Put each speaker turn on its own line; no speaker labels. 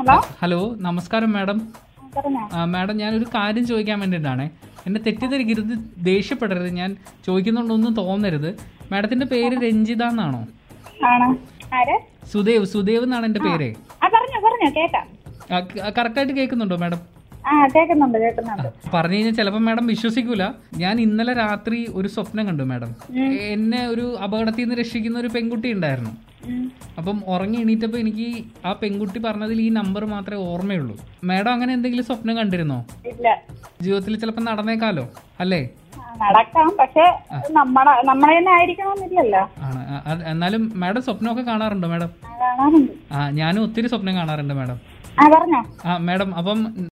Hello
hello നമസ്കാരം madam
ആ, പറഞ്ഞോ
ആ, മാഡം ഞാനൊരു കാര്യം ചോദിക്കാൻ വേണ്ടിയിട്ടാണ് എന്നെ തെറ്റിദ്ധരിക്കരുത് ദേഷ്യപ്പെടരുത് ഞാൻ ചോദിക്കുന്നുണ്ടോന്നും തോന്നരുത് മാഡത്തിന്റെ പേര് രഞ്ജിത എന്നാണോ
ആണോ ആര്
സുദേവ് സുദേവ് എന്നാണ് എൻ്റെ പേര്
ആ പറഞ്ഞോ പറഞ്ഞോ കേട്ടാ
ആ, ക- കറക്റ്റായിട്ട് കേൾക്കുന്നുണ്ടോ മാഡം
ആ കേൾക്കുന്നുണ്ട് കേൾക്കുന്നുണ്ട്
പറഞ്ഞു കഴിഞ്ഞാൽ ചിലപ്പോൾ മാഡം വിശ്വസിക്കൂല ഞാൻ ഇന്നലെ രാത്രി ഒരു സ്വപ്നം കണ്ടു മാഡം എന്നെ ഒരു അപകടത്തിൽ നിന്ന് രക്ഷിക്കുന്ന ഒരു പെൺകുട്ടി ഉണ്ടായിരുന്നു
ഉം.
അപ്പം ഉറങ്ങി എണീറ്റപ്പോൾ എനിക്ക് ആ പെൺകുട്ടി പറഞ്ഞതിൽ ഈ നമ്പർ മാത്രമേ ഓർമ്മയുള്ളൂ മാഡം അങ്ങനെ എന്തെങ്കിലും സ്വപ്നം കണ്ടിരുന്നോ
ഇല്ല
ജീവിതത്തിൽ ചിലപ്പോൾ നടന്നേക്കാലോ അല്ലേ
ആ, നടക്കാം പക്ഷെ നമ്മളെ നമ്മളെ തന്നെ ആയിരിക്കണമെന്നില്ലല്ലോ
ആണ് ആ, അത് എന്നാലും മാഡം സ്വപ്നമൊക്കെ കാണാറുണ്ടോ മാഡം
ആ, കാണാറുണ്ട്
ആ ഞാനും ഒത്തിരി സ്വപ്നം കാണാറുണ്ട് മാഡം
ആ പറഞ്ഞോ
ആ മാഡം അപ്പം